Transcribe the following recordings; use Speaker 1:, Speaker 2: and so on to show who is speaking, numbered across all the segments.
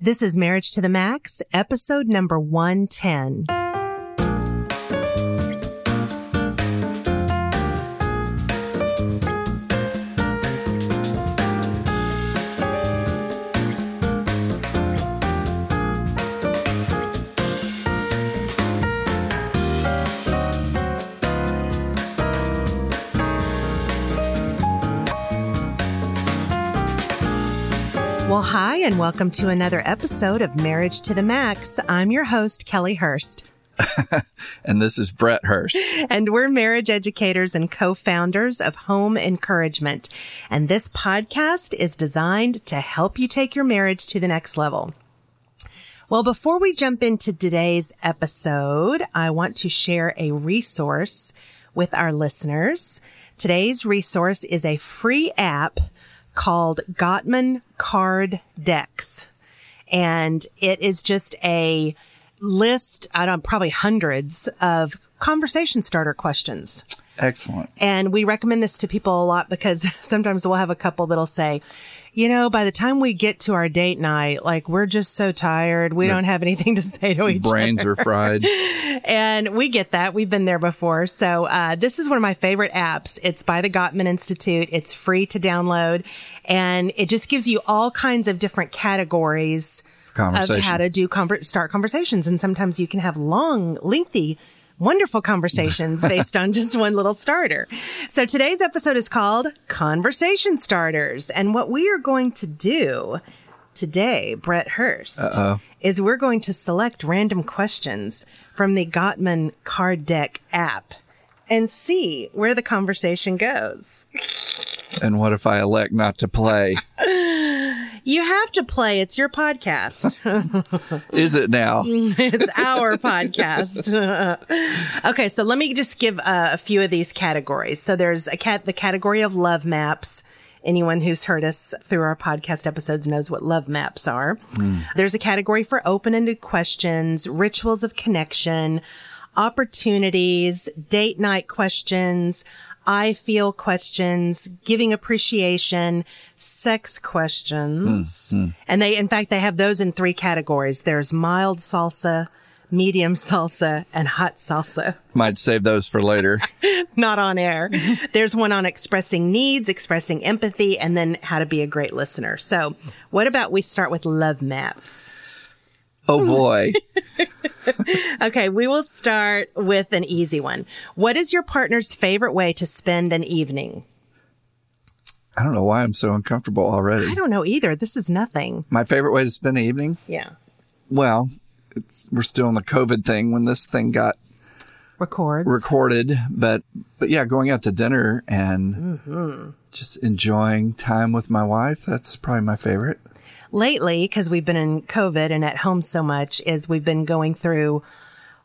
Speaker 1: This is Marriage to the Max, episode number 110. Well, hi, and welcome to another episode of Marriage to the Max. I'm your host, Kelly Hurst,
Speaker 2: and this is Brett Hurst.
Speaker 1: and we're marriage educators and co founders of Home Encouragement. And this podcast is designed to help you take your marriage to the next level. Well, before we jump into today's episode, I want to share a resource with our listeners. Today's resource is a free app called Gottman Card Decks. And it is just a list, I don't probably hundreds of conversation starter questions.
Speaker 2: Excellent.
Speaker 1: And we recommend this to people a lot because sometimes we'll have a couple that'll say, you know, by the time we get to our date night, like we're just so tired. We don't have anything to say to each
Speaker 2: Brains are fried.
Speaker 1: and we get that. We've been there before. So uh, this is one of my favorite apps. It's by the Gottman Institute. It's free to download, and it just gives you all kinds of different categories of
Speaker 2: Conversation.
Speaker 1: how to do conver- start conversations. And sometimes you can have long, lengthy. Wonderful conversations based on just one little starter. So today's episode is called Conversation Starters. And what we are going to do today, Brett Hurst, is we're going to select random questions from the Gottman Card Deck app and see where the conversation goes.
Speaker 2: and what if I elect not to play?
Speaker 1: You have to play, it's your podcast.
Speaker 2: Is it now?
Speaker 1: it's our podcast. okay, so let me just give uh, a few of these categories. So there's a cat the category of love maps. Anyone who's heard us through our podcast episodes knows what love maps are. There's a category for open-ended questions, rituals of connection, opportunities, date night questions, I feel questions, giving appreciation, sex questions. And they, in fact, they have those in three categories. There's mild salsa, medium salsa, and hot salsa.
Speaker 2: Might save those for later.
Speaker 1: Not on air. There's one on expressing needs, expressing empathy, and then how to be a great listener. So what about we start with love maps?
Speaker 2: Oh boy.
Speaker 1: Okay, we will start with an easy one. What is your partner's favorite way to spend an evening?
Speaker 2: I don't know why I'm so uncomfortable
Speaker 1: I
Speaker 2: already.
Speaker 1: don't know either. This is nothing.
Speaker 2: My favorite way to spend an evening?
Speaker 1: Yeah.
Speaker 2: Well, it's, we're still in the COVID thing when this thing got
Speaker 1: Records.
Speaker 2: recorded, but but yeah, going out to dinner and just enjoying time with my wife. That's probably my favorite.
Speaker 1: Lately, because we've been in COVID and at home so much, is we've been going through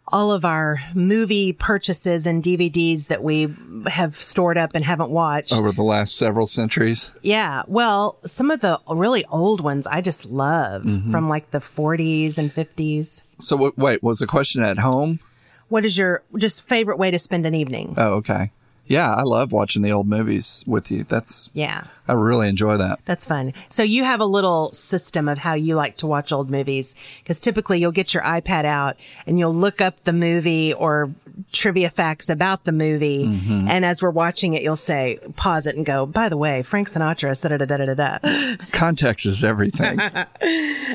Speaker 1: all of our movie purchases and DVDs that we have stored up and haven't watched.
Speaker 2: Over the last several centuries,
Speaker 1: Yeah. Well, some of the really old ones I just love from like the 40s and 50s.
Speaker 2: So w- wait, was the question at home?
Speaker 1: What is your just favorite way to spend an evening?
Speaker 2: Oh, okay. Yeah, I love watching the old movies with you. That's
Speaker 1: yeah.
Speaker 2: I really enjoy that.
Speaker 1: That's fun. So you have a little system of how you like to watch old movies because typically you'll get your iPad out and you'll look up the movie or trivia facts about the movie. And as we're watching it, you'll say, pause it and go, by the way, Frank Sinatra, da da da da da da.
Speaker 2: Context is everything.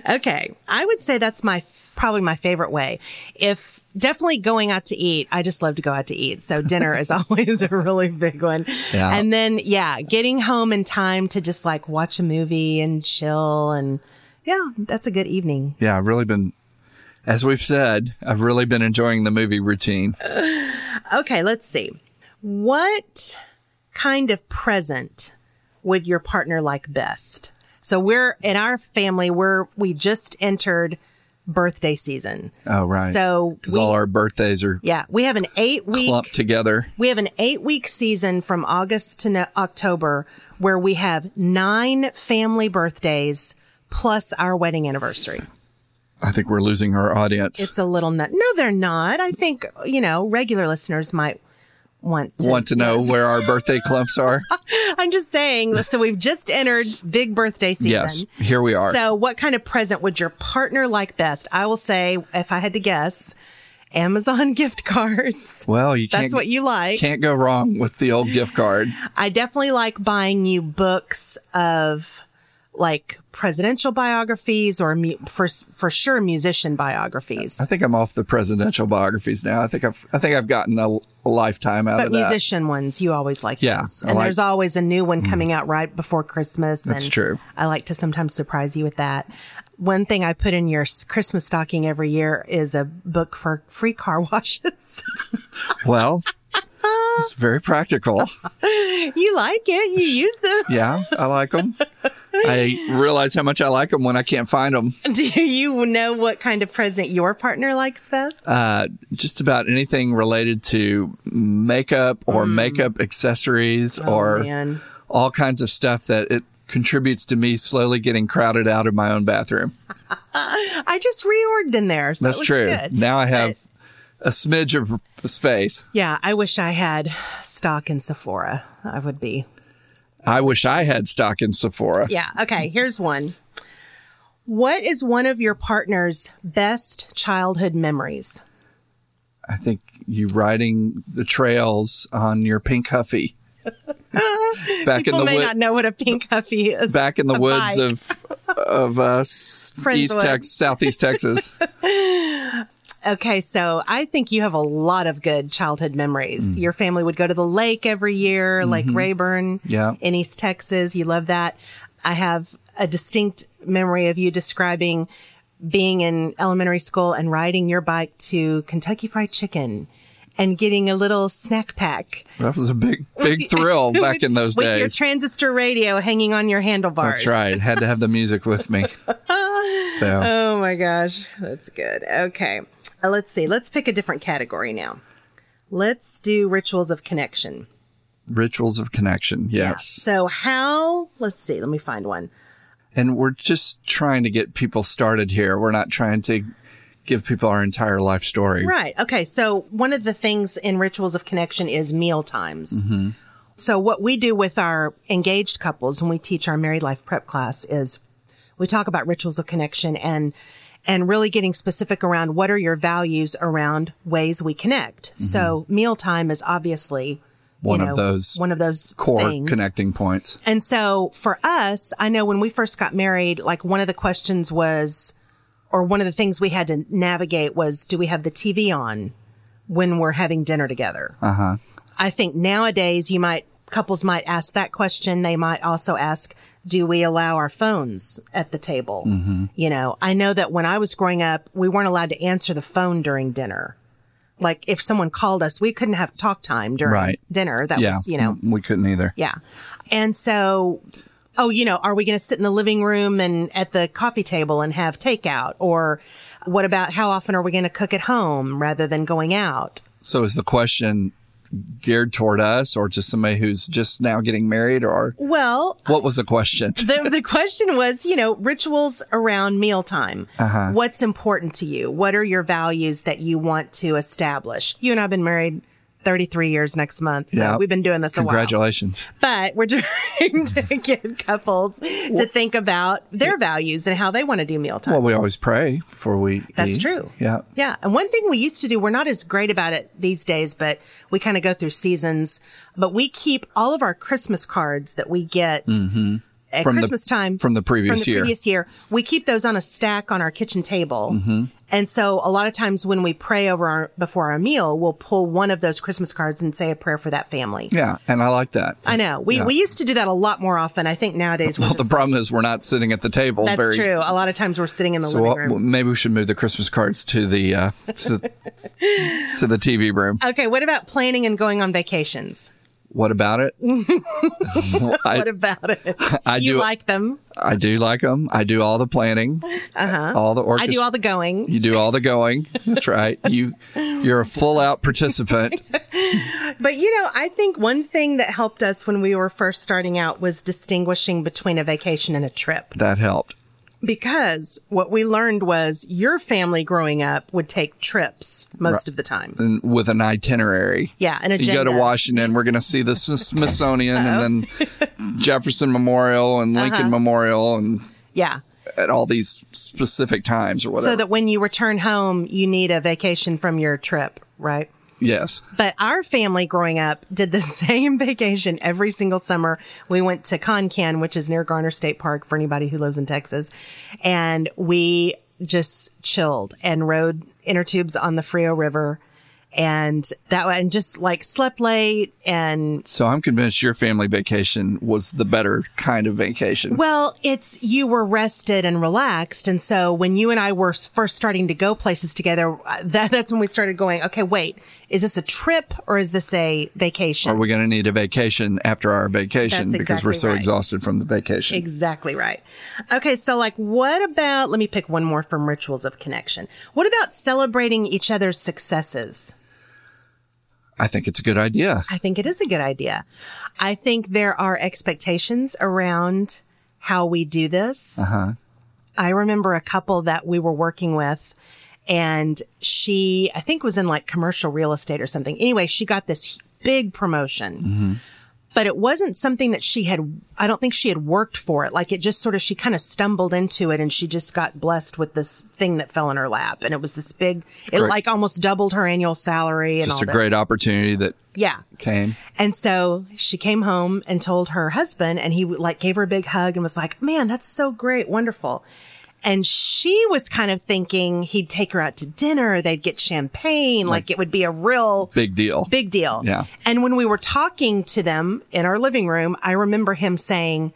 Speaker 1: Okay. I would say that's my probably my favorite way. If definitely going out to eat, I just love to go out to eat. So dinner is always a really big one.
Speaker 2: Yeah.
Speaker 1: And then yeah, getting home in time to just like watch a movie and chill and yeah, that's a good evening.
Speaker 2: yeah, I've really been as we've said, I've really been enjoying the movie routine.
Speaker 1: Okay, let's see. What kind of present would your partner like best? So we're in our family, we're we just entered birthday season.
Speaker 2: Oh, right.
Speaker 1: So
Speaker 2: Cuz all our birthdays are
Speaker 1: Yeah, we have an eight week
Speaker 2: clumped together.
Speaker 1: we have an eight week season from August to no- October where we have nine family birthdays plus our wedding anniversary.
Speaker 2: I think we're losing our audience.
Speaker 1: It's a little nut. No, they're not. I think you know regular listeners might want to
Speaker 2: Want to know
Speaker 1: yes.
Speaker 2: where our birthday clumps are?
Speaker 1: I'm just saying. So we've just entered big birthday season.
Speaker 2: Yes, here we are.
Speaker 1: So, what kind of present would your partner like best? I will say, if I had to guess, Amazon gift cards.
Speaker 2: Well, you can't
Speaker 1: That's what you like.
Speaker 2: can't go wrong with the old gift card.
Speaker 1: I definitely like buying you books of like presidential biographies or mu- for for sure musician biographies.
Speaker 2: I think I'm off the presidential biographies now. I think I've I think I've gotten a, a lifetime out
Speaker 1: but
Speaker 2: of that.
Speaker 1: musician ones you always like those.
Speaker 2: Yeah, I
Speaker 1: and
Speaker 2: like- Mm-hmm.
Speaker 1: there's always a new one coming out right before christmas
Speaker 2: That's
Speaker 1: and
Speaker 2: true.
Speaker 1: i like to sometimes surprise you with that one thing i put in your s- christmas stocking every year is a book for free car washes
Speaker 2: Well, it's very practical.
Speaker 1: you like it you use them
Speaker 2: Yeah, I like them. I realize how much I like them when I can't find them.
Speaker 1: do you know what kind of present your partner likes best
Speaker 2: Uh, just about anything related to makeup or makeup accessories or
Speaker 1: Mm. Oh, man.
Speaker 2: all kinds of stuff that it contributes to me slowly getting crowded out of my own bathroom.
Speaker 1: i just reorged in there so it
Speaker 2: That's
Speaker 1: looks
Speaker 2: true.
Speaker 1: good.
Speaker 2: Now I have
Speaker 1: But-
Speaker 2: a smidge of space.
Speaker 1: yeah i wish i had stock in sephora i would be
Speaker 2: I wish I had stock in Sephora.
Speaker 1: Yeah. Okay. Here's one. What is one of your partner's best childhood memories?
Speaker 2: I think you riding the trails on your pink huffy. back in
Speaker 1: People
Speaker 2: the
Speaker 1: may
Speaker 2: wood,
Speaker 1: not know what a pink huffy is.
Speaker 2: back in the
Speaker 1: a
Speaker 2: woods
Speaker 1: bike.
Speaker 2: of of us
Speaker 1: Friendswood.
Speaker 2: East Texas, Southeast Texas.
Speaker 1: Okay, so I think you have a lot of good childhood
Speaker 2: Mm.
Speaker 1: memories. Your family would go to the lake every year, Lake Rayburn
Speaker 2: Mm-hmm. Yeah.
Speaker 1: in East Texas. You love that. I have a distinct memory of you describing being in elementary school and riding your bike to Kentucky Fried Chicken and getting a little snack pack.
Speaker 2: That was a big big thrill back in those
Speaker 1: with your
Speaker 2: days.
Speaker 1: transistor radio hanging on your handlebars.
Speaker 2: That's right. Had to have the music with me. So
Speaker 1: Oh my gosh, that's good. Okay, Uh, let's see. Let's pick a different category now. Let's do rituals of connection.
Speaker 2: rituals of connection. Yes.
Speaker 1: So how? Let's see. Let me find one.
Speaker 2: And we're just trying to get people started here. We're not trying to give people our entire life story.
Speaker 1: Right. Okay. So one of the things in rituals of connection is meal times.
Speaker 2: Mm-hmm.
Speaker 1: So what we do with our engaged couples when we teach our married life prep class is we talk about rituals of connection and and really getting specific around what are your values around ways we connect. So mealtime is obviously you
Speaker 2: Mm-hmm. One of
Speaker 1: know,
Speaker 2: those
Speaker 1: one of those
Speaker 2: Core
Speaker 1: things.
Speaker 2: connecting points.
Speaker 1: And so for us, I know when we first got married, like one of the questions was, or one of the things we had to navigate was, do we have the TV on when we're having dinner together? Uh
Speaker 2: Uh-huh.
Speaker 1: huh. I think nowadays you might, couples might ask that question. They might also ask, do we allow our phones at the table?
Speaker 2: Mm-hmm.
Speaker 1: You know, I know that when I was growing up, we weren't allowed to answer the phone during dinner. Like if someone called us, we couldn't have talk time during
Speaker 2: Right.
Speaker 1: dinner. That
Speaker 2: Yeah.
Speaker 1: was, you know,
Speaker 2: we couldn't either.
Speaker 1: yeah. And so, oh, you know, are we going to sit in the living room and at the coffee table and have takeout? Or what about how often are we going to cook at home rather than going out?
Speaker 2: So is the question geared toward us or to somebody who's just now getting married or
Speaker 1: Well,
Speaker 2: what was the question?
Speaker 1: the, the question was, you know, rituals around mealtime. What's important to you? What are your values that you want to establish? You and I have been married 33 years next month. So
Speaker 2: Yeah.
Speaker 1: we've been doing this a while.
Speaker 2: Congratulations.
Speaker 1: but we're trying to get couples to think about their values and how they want to do mealtime.
Speaker 2: Well, we always pray before we
Speaker 1: That's
Speaker 2: eat.
Speaker 1: true.
Speaker 2: Yeah.
Speaker 1: Yeah. And one thing we used to do, we're not as great about it these days, but we kind of go through seasons. But we keep all of our Christmas cards that we get at
Speaker 2: Mm-hmm. From the-
Speaker 1: Christmas time
Speaker 2: from the previous
Speaker 1: from the
Speaker 2: year.
Speaker 1: previous year. We keep those on a stack on our kitchen table.
Speaker 2: Mm-hmm.
Speaker 1: And so a lot of times when we pray over our, before our meal, we'll pull one of those Christmas cards and say a prayer for that family.
Speaker 2: Yeah. And I like that.
Speaker 1: I know. We,
Speaker 2: Yeah.
Speaker 1: we used to do that a lot more often. I think nowadays we're
Speaker 2: Well, the
Speaker 1: just-
Speaker 2: problem is we're not sitting at the table
Speaker 1: that's
Speaker 2: very
Speaker 1: true. A lot of times we're sitting in the
Speaker 2: So
Speaker 1: living
Speaker 2: well,
Speaker 1: room.
Speaker 2: maybe we should move the Christmas cards to the uh, to, to the TV room.
Speaker 1: Okay, what about planning and going on vacations?
Speaker 2: What about it? I,
Speaker 1: what about it?
Speaker 2: I
Speaker 1: you
Speaker 2: do-
Speaker 1: like them.
Speaker 2: I do like them. I do all the planning, all the
Speaker 1: Uh-huh. I
Speaker 2: orchestra.
Speaker 1: do all the going.
Speaker 2: you do all the going. That's right. You you're a full out participant.
Speaker 1: But you know, I think one thing that helped us when we were first starting out was distinguishing between a vacation and a trip.
Speaker 2: That helped.
Speaker 1: Because what we learned was your family growing up would take trips most of the time.
Speaker 2: and with an itinerary.
Speaker 1: Yeah, an
Speaker 2: You go to
Speaker 1: agenda.
Speaker 2: Washington, we're going to see the S- Smithsonian and then Jefferson Memorial and Lincoln
Speaker 1: Uh-huh.
Speaker 2: Memorial and
Speaker 1: Yeah.
Speaker 2: at all these specific times or whatever.
Speaker 1: So that when you return home, you need a vacation from your trip, right?
Speaker 2: yes.
Speaker 1: But our family growing up did the same vacation every single summer. We went to Concan, which is near Garner State Park for anybody who lives in Texas. And we just chilled and rode inner tubes on the Frio River and that and just like slept late and
Speaker 2: So I'm convinced your family vacation was the better kind of vacation.
Speaker 1: Well, it's you were rested and relaxed, and so when you and I were first starting to go places together, uh, that, that's when we started going. Okay, wait, is this a trip or is this a vacation?
Speaker 2: Are we going to need a vacation after our vacation
Speaker 1: That's
Speaker 2: because we're
Speaker 1: exactly
Speaker 2: so
Speaker 1: right.
Speaker 2: exhausted from the vacation?
Speaker 1: exactly right. Okay, so like, what about? Let me pick one more from rituals of connection. What about celebrating each other's successes?
Speaker 2: I think it's a good idea.
Speaker 1: I think it is a good idea. I think there are expectations around how we do this.
Speaker 2: Uh-huh.
Speaker 1: I remember a couple that we were working with and she, I think was in like commercial real estate or something. Anyway, she got this big promotion,
Speaker 2: Mm-hmm.
Speaker 1: but it wasn't something that she had, I don't think she had worked for it. Like it just sort of, she kind of stumbled into it and she just got blessed with this thing that fell in her lap. And it was this big, it
Speaker 2: Great.
Speaker 1: like almost doubled her annual salary and all
Speaker 2: Just a
Speaker 1: this.
Speaker 2: great opportunity that
Speaker 1: yeah.
Speaker 2: came.
Speaker 1: And so she came home and told her husband, and he like gave her a big hug and was like, "Man, that's so great, wonderful." And she was kind of thinking he'd take her out to dinner, they'd get champagne, like, it would be a real
Speaker 2: Big deal.
Speaker 1: big deal.
Speaker 2: Yeah.
Speaker 1: And when we were talking to them in our living room, I remember him saying,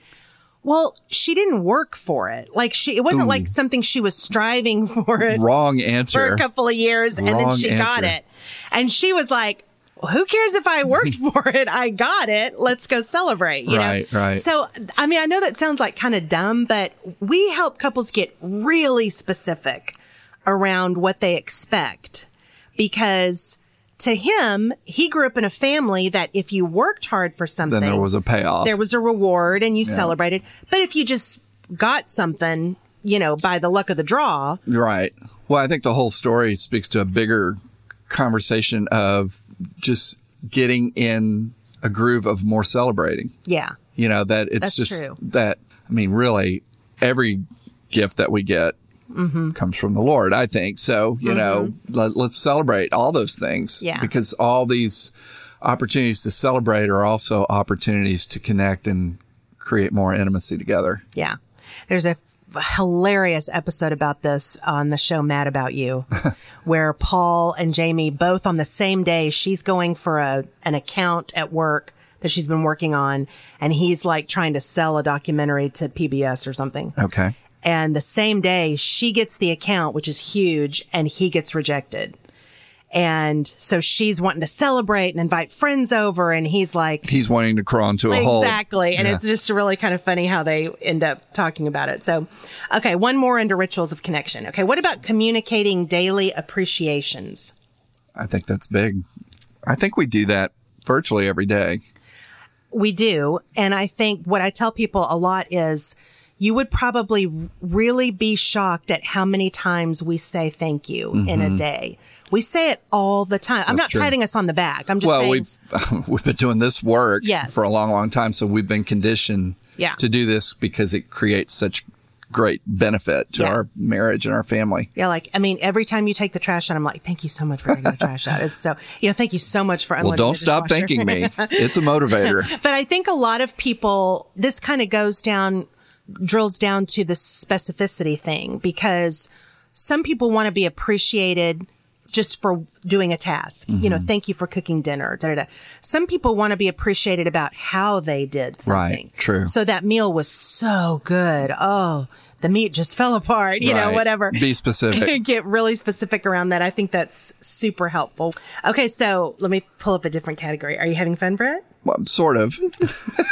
Speaker 1: "Well, she didn't work for it. Like she, it wasn't like something she was striving for it
Speaker 2: Wrong
Speaker 1: for
Speaker 2: answer.
Speaker 1: a couple of years and then
Speaker 2: Wrong
Speaker 1: she got
Speaker 2: answer.
Speaker 1: it. And she was like, who cares if I worked for it? I got it. Let's go celebrate. You
Speaker 2: Right,
Speaker 1: know?
Speaker 2: right.
Speaker 1: So, I mean, I know that sounds like kind of dumb, but we help couples get really specific around what they expect because to him, he grew up in a family that if you worked hard for something,
Speaker 2: then there was a payoff.
Speaker 1: there was a reward and you celebrated. But if you just got something, you know, by the luck of the draw,
Speaker 2: Right. Well, I think the whole story speaks to a bigger conversation of just getting in a groove of more celebrating.
Speaker 1: yeah.
Speaker 2: You know, that it's
Speaker 1: That's
Speaker 2: just
Speaker 1: true.
Speaker 2: that, I mean, really, every gift that we get
Speaker 1: Mm-hmm.
Speaker 2: comes from the Lord, I think. So, you know, let, let's celebrate all those things.
Speaker 1: Yeah.
Speaker 2: Because all these opportunities to celebrate are also opportunities to connect and create more intimacy together.
Speaker 1: Yeah. There's a hilarious episode about this on the show Mad About You, where Paul and Jamie both on the same day, she's going for a, an account at work that she's been working on, and he's like trying to sell a documentary to PBS or something.
Speaker 2: Okay.
Speaker 1: And the same day, she gets the account, which is huge, and he gets rejected. And so she's wanting to celebrate and invite friends over, and he's like,
Speaker 2: He's wanting to crawl into a hole.
Speaker 1: Exactly. And
Speaker 2: Yeah.
Speaker 1: it's just really kind of funny how they end up talking about it. So, okay, one more into rituals of connection. Okay, what about communicating daily appreciations?
Speaker 2: I think that's big. I think we do that virtually every day.
Speaker 1: We do. And I think what I tell people a lot is you would probably really be shocked at how many times we say thank you in a day. We say it all the time. I'm
Speaker 2: Mm-hmm. That's
Speaker 1: not
Speaker 2: true.
Speaker 1: patting us on the back. I'm just
Speaker 2: Well,
Speaker 1: saying.
Speaker 2: we've we've been doing this work
Speaker 1: Yes.
Speaker 2: for a long, long time, so we've been conditioned
Speaker 1: Yeah.
Speaker 2: to do this because it creates such great benefit to
Speaker 1: Yeah.
Speaker 2: our marriage and our family.
Speaker 1: Yeah, like I mean, every time you take the trash out, I'm like, thank you so much for taking the trash out. It's so you know, thank you so much for unloading.
Speaker 2: Well, don't
Speaker 1: the
Speaker 2: stop
Speaker 1: dishwasher.
Speaker 2: thanking me. It's a motivator.
Speaker 1: But I think a lot of people, this kind of goes down, drills down to the specificity thing because some people want to be appreciated just for doing a task. You
Speaker 2: Mm-hmm.
Speaker 1: know, thank you for cooking dinner. Da, da, da. Some people want to be appreciated about how they did something.
Speaker 2: true.
Speaker 1: So that meal was so good. Oh, the meat just fell apart, you know,
Speaker 2: Right.
Speaker 1: whatever.
Speaker 2: Be specific.
Speaker 1: get really specific around that. I think that's super helpful. Okay, so let me pull up a different category. Are you having fun, Brett?
Speaker 2: well, sort of.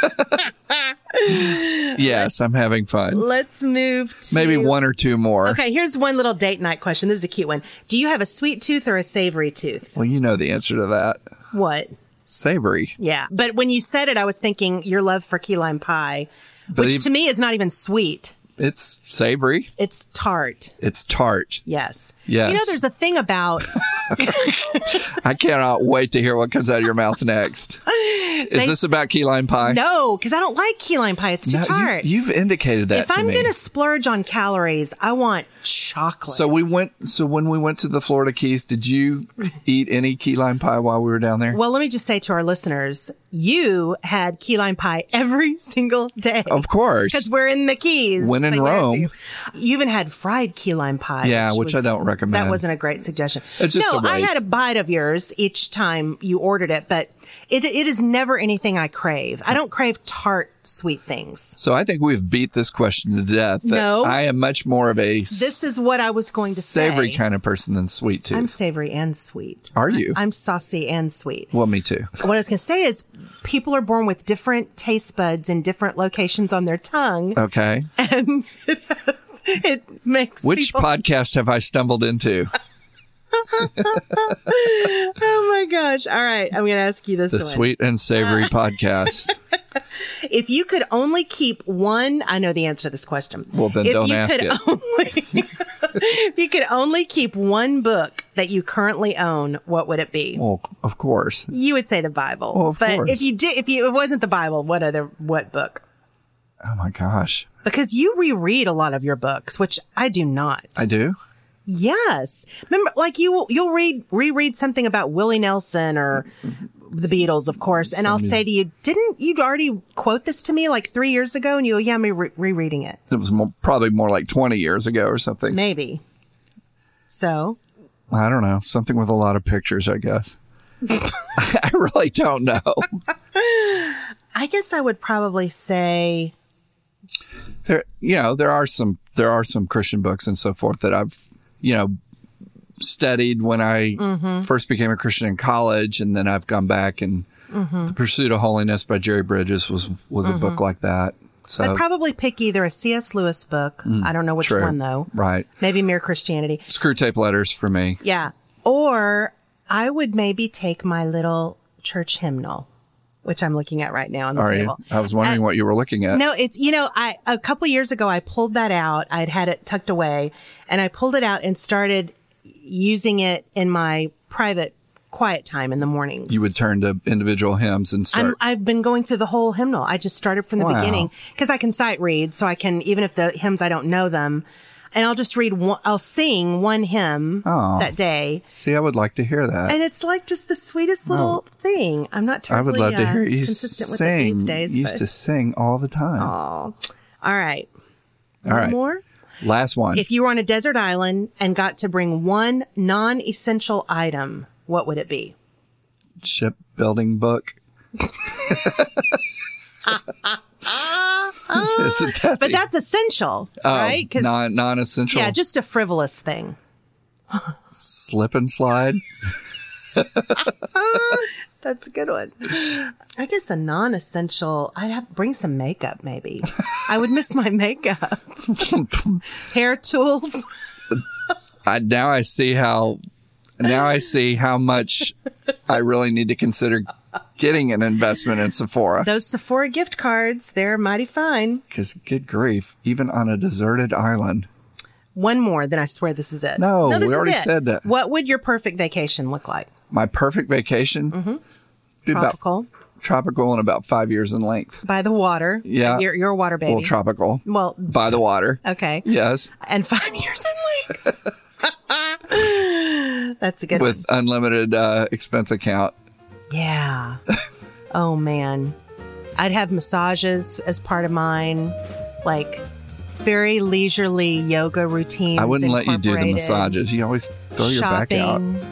Speaker 2: yes, I'm having fun.
Speaker 1: Let's move to
Speaker 2: Maybe one or two more.
Speaker 1: Okay, here's one little date night question. This is a cute one. Do you have a sweet tooth or a savory tooth?
Speaker 2: Well, you know the answer to that.
Speaker 1: What?
Speaker 2: Savory.
Speaker 1: Yeah. But when you said it, I was thinking your love for key lime pie, which
Speaker 2: ev-
Speaker 1: to me is not even sweet.
Speaker 2: it's savory.
Speaker 1: It's tart.
Speaker 2: It's tart.
Speaker 1: Yes.
Speaker 2: Yes.
Speaker 1: You know, there's a thing about
Speaker 2: I cannot wait to hear what comes out of your mouth next. Is
Speaker 1: Thanks.
Speaker 2: this about key lime pie?
Speaker 1: no, because I don't like key lime pie. It's too
Speaker 2: No,
Speaker 1: tart.
Speaker 2: you've, you've indicated that.
Speaker 1: if
Speaker 2: to
Speaker 1: I'm
Speaker 2: me.
Speaker 1: gonna splurge on calories, I want chocolate.
Speaker 2: so we went. So when we went to the Florida Keys, did you eat any key lime pie while we were down there?
Speaker 1: well, let me just say to our listeners, you had key lime pie every single day.
Speaker 2: of course.
Speaker 1: Because we're in the Keys.
Speaker 2: When in
Speaker 1: you had to.
Speaker 2: Rome.
Speaker 1: You even had fried key lime pie.
Speaker 2: Yeah, which I don't recommend.
Speaker 1: That wasn't a great suggestion.
Speaker 2: It's just
Speaker 1: no,
Speaker 2: a
Speaker 1: I had
Speaker 2: waste.
Speaker 1: a bite of yours each time you ordered it, but it, it is never anything I crave. I don't crave tart, sweet things.
Speaker 2: So I think we've beat this question to death. that
Speaker 1: No.
Speaker 2: I am much more of a s-
Speaker 1: This is what I was going to
Speaker 2: savory
Speaker 1: say.
Speaker 2: kind of person than sweet tooth.
Speaker 1: I'm savory and sweet.
Speaker 2: Are you?
Speaker 1: I'm saucy and sweet.
Speaker 2: well, me too.
Speaker 1: what I was going to say is people are born with different taste buds in different locations on their tongue.
Speaker 2: Okay.
Speaker 1: It makes
Speaker 2: Which
Speaker 1: people-
Speaker 2: podcast have I stumbled into?
Speaker 1: Oh my gosh. All right. I'm going to ask you this
Speaker 2: The
Speaker 1: one. Uh.
Speaker 2: Sweet and Savory podcast.
Speaker 1: If you could only keep one, I know the answer to this question.
Speaker 2: Well, then
Speaker 1: if
Speaker 2: don't
Speaker 1: you
Speaker 2: ask
Speaker 1: could
Speaker 2: it.
Speaker 1: Only, if you could only keep one book that you currently own, what would it be?
Speaker 2: Well, of course.
Speaker 1: You would say the Bible.
Speaker 2: Well, of
Speaker 1: but
Speaker 2: course.
Speaker 1: if you did, if you, it wasn't the Bible, what other, what book?
Speaker 2: Oh my gosh.
Speaker 1: Because you reread a lot of your books, which I do not.
Speaker 2: I do.
Speaker 1: Yes. Remember, like you, will- you'll read, reread something about Willie Nelson or the Beatles, of course. And I'll
Speaker 2: Somebody-
Speaker 1: say to you, didn't you already quote this to me like three years ago? And you'll, yeah, I'm re- rereading it.
Speaker 2: It was more, probably more like 20 years ago or something.
Speaker 1: Maybe. So
Speaker 2: I don't know. Something with a lot of pictures, I guess. I really don't know.
Speaker 1: I guess I would probably say,
Speaker 2: There, you know, there are some there are some Christian books and so forth that I've, you know, studied when I
Speaker 1: Mm-hmm.
Speaker 2: first became a Christian in college, and then I've gone back and
Speaker 1: Mm-hmm.
Speaker 2: The Pursuit of Holiness by Jerry Bridges was was a book like that. So
Speaker 1: I'd probably pick either a C.S. Lewis book.
Speaker 2: Mm,
Speaker 1: I don't know which
Speaker 2: true.
Speaker 1: one though.
Speaker 2: right?
Speaker 1: Maybe Mere Christianity.
Speaker 2: Screw tape letters for me.
Speaker 1: Yeah. Or I would maybe take my little church hymnal, which I'm looking at right now on the
Speaker 2: Are you?
Speaker 1: table. Uh,
Speaker 2: I was wondering what you were looking at.
Speaker 1: No, it's you know, I a couple years ago I pulled that out. I'd had it tucked away, and I pulled it out and started using it in my private quiet time in the mornings.
Speaker 2: You would turn to individual hymns and start.
Speaker 1: I'm, I've been going through the whole hymnal. I just started from the
Speaker 2: Wow.
Speaker 1: beginning because I can sight read, so I can even if the hymns I don't know them, and I'll just read. One, I'll sing one hymn
Speaker 2: Oh.
Speaker 1: that day,
Speaker 2: See, I would like to hear that.
Speaker 1: and it's like just the sweetest little thing. I'm not
Speaker 2: I
Speaker 1: terribly
Speaker 2: would love to
Speaker 1: uh,
Speaker 2: hear you
Speaker 1: consistent
Speaker 2: sing.
Speaker 1: with it these days.
Speaker 2: you used
Speaker 1: but-
Speaker 2: to sing all the time.
Speaker 1: Aw. All right,
Speaker 2: all
Speaker 1: One
Speaker 2: right,
Speaker 1: more.
Speaker 2: last one.
Speaker 1: If you were on a desert island and got to bring one non essential item, what would it be?
Speaker 2: Shipbuilding book. Isn't that
Speaker 1: But
Speaker 2: the-
Speaker 1: that's essential,
Speaker 2: oh,
Speaker 1: right?
Speaker 2: non non-essential.
Speaker 1: yeah, just a frivolous thing.
Speaker 2: slip and slide.
Speaker 1: That's a good one. I guess a non essential, I'd have bring some makeup maybe. I would miss my makeup, hair tools.
Speaker 2: I, now I see how. Now I see how much I really need to consider getting an investment in Sephora.
Speaker 1: Those Sephora gift cards, they're mighty fine.
Speaker 2: Because good grief, even on a deserted island.
Speaker 1: One more, then I swear this is it.
Speaker 2: No,
Speaker 1: this
Speaker 2: we
Speaker 1: is
Speaker 2: already
Speaker 1: it.
Speaker 2: said that.
Speaker 1: What would your perfect vacation look like?
Speaker 2: my perfect vacation
Speaker 1: Mm-hmm.
Speaker 2: be about
Speaker 1: Tropical,
Speaker 2: tropical and about five years in length.
Speaker 1: by the water.
Speaker 2: Yeah.
Speaker 1: You're, you're a water baby.
Speaker 2: Well, tropical
Speaker 1: well
Speaker 2: by the water.
Speaker 1: Okay.
Speaker 2: Yes,
Speaker 1: And five years in length. That's a good
Speaker 2: with unlimited uh, expense account.
Speaker 1: one. Yeah. oh man. I'd have massages as part of mine, like very leisurely yoga routine.
Speaker 2: I wouldn't let you do the massages. You always throw your
Speaker 1: shopping.
Speaker 2: back out.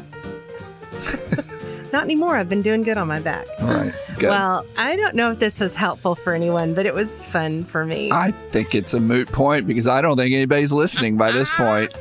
Speaker 1: Not anymore. I've been doing good on my back.
Speaker 2: All right. Good.
Speaker 1: Well, I don't know if this was helpful for anyone, but it was fun for me.
Speaker 2: I think it's a moot point because I don't think anybody's listening by
Speaker 1: Ah,
Speaker 2: this point.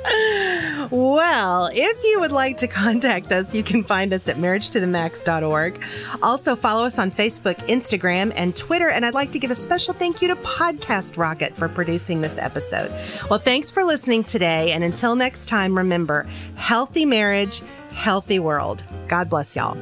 Speaker 1: Well, if you would like to contact us, you can find us at marriagetothemax.org. Also, follow us on Facebook, Instagram, and Twitter. And I'd like to give a special thank you to Podcast Rocket for producing this episode. Well, thanks for listening today. And until next time, remember healthy marriage, healthy world. God bless y'all.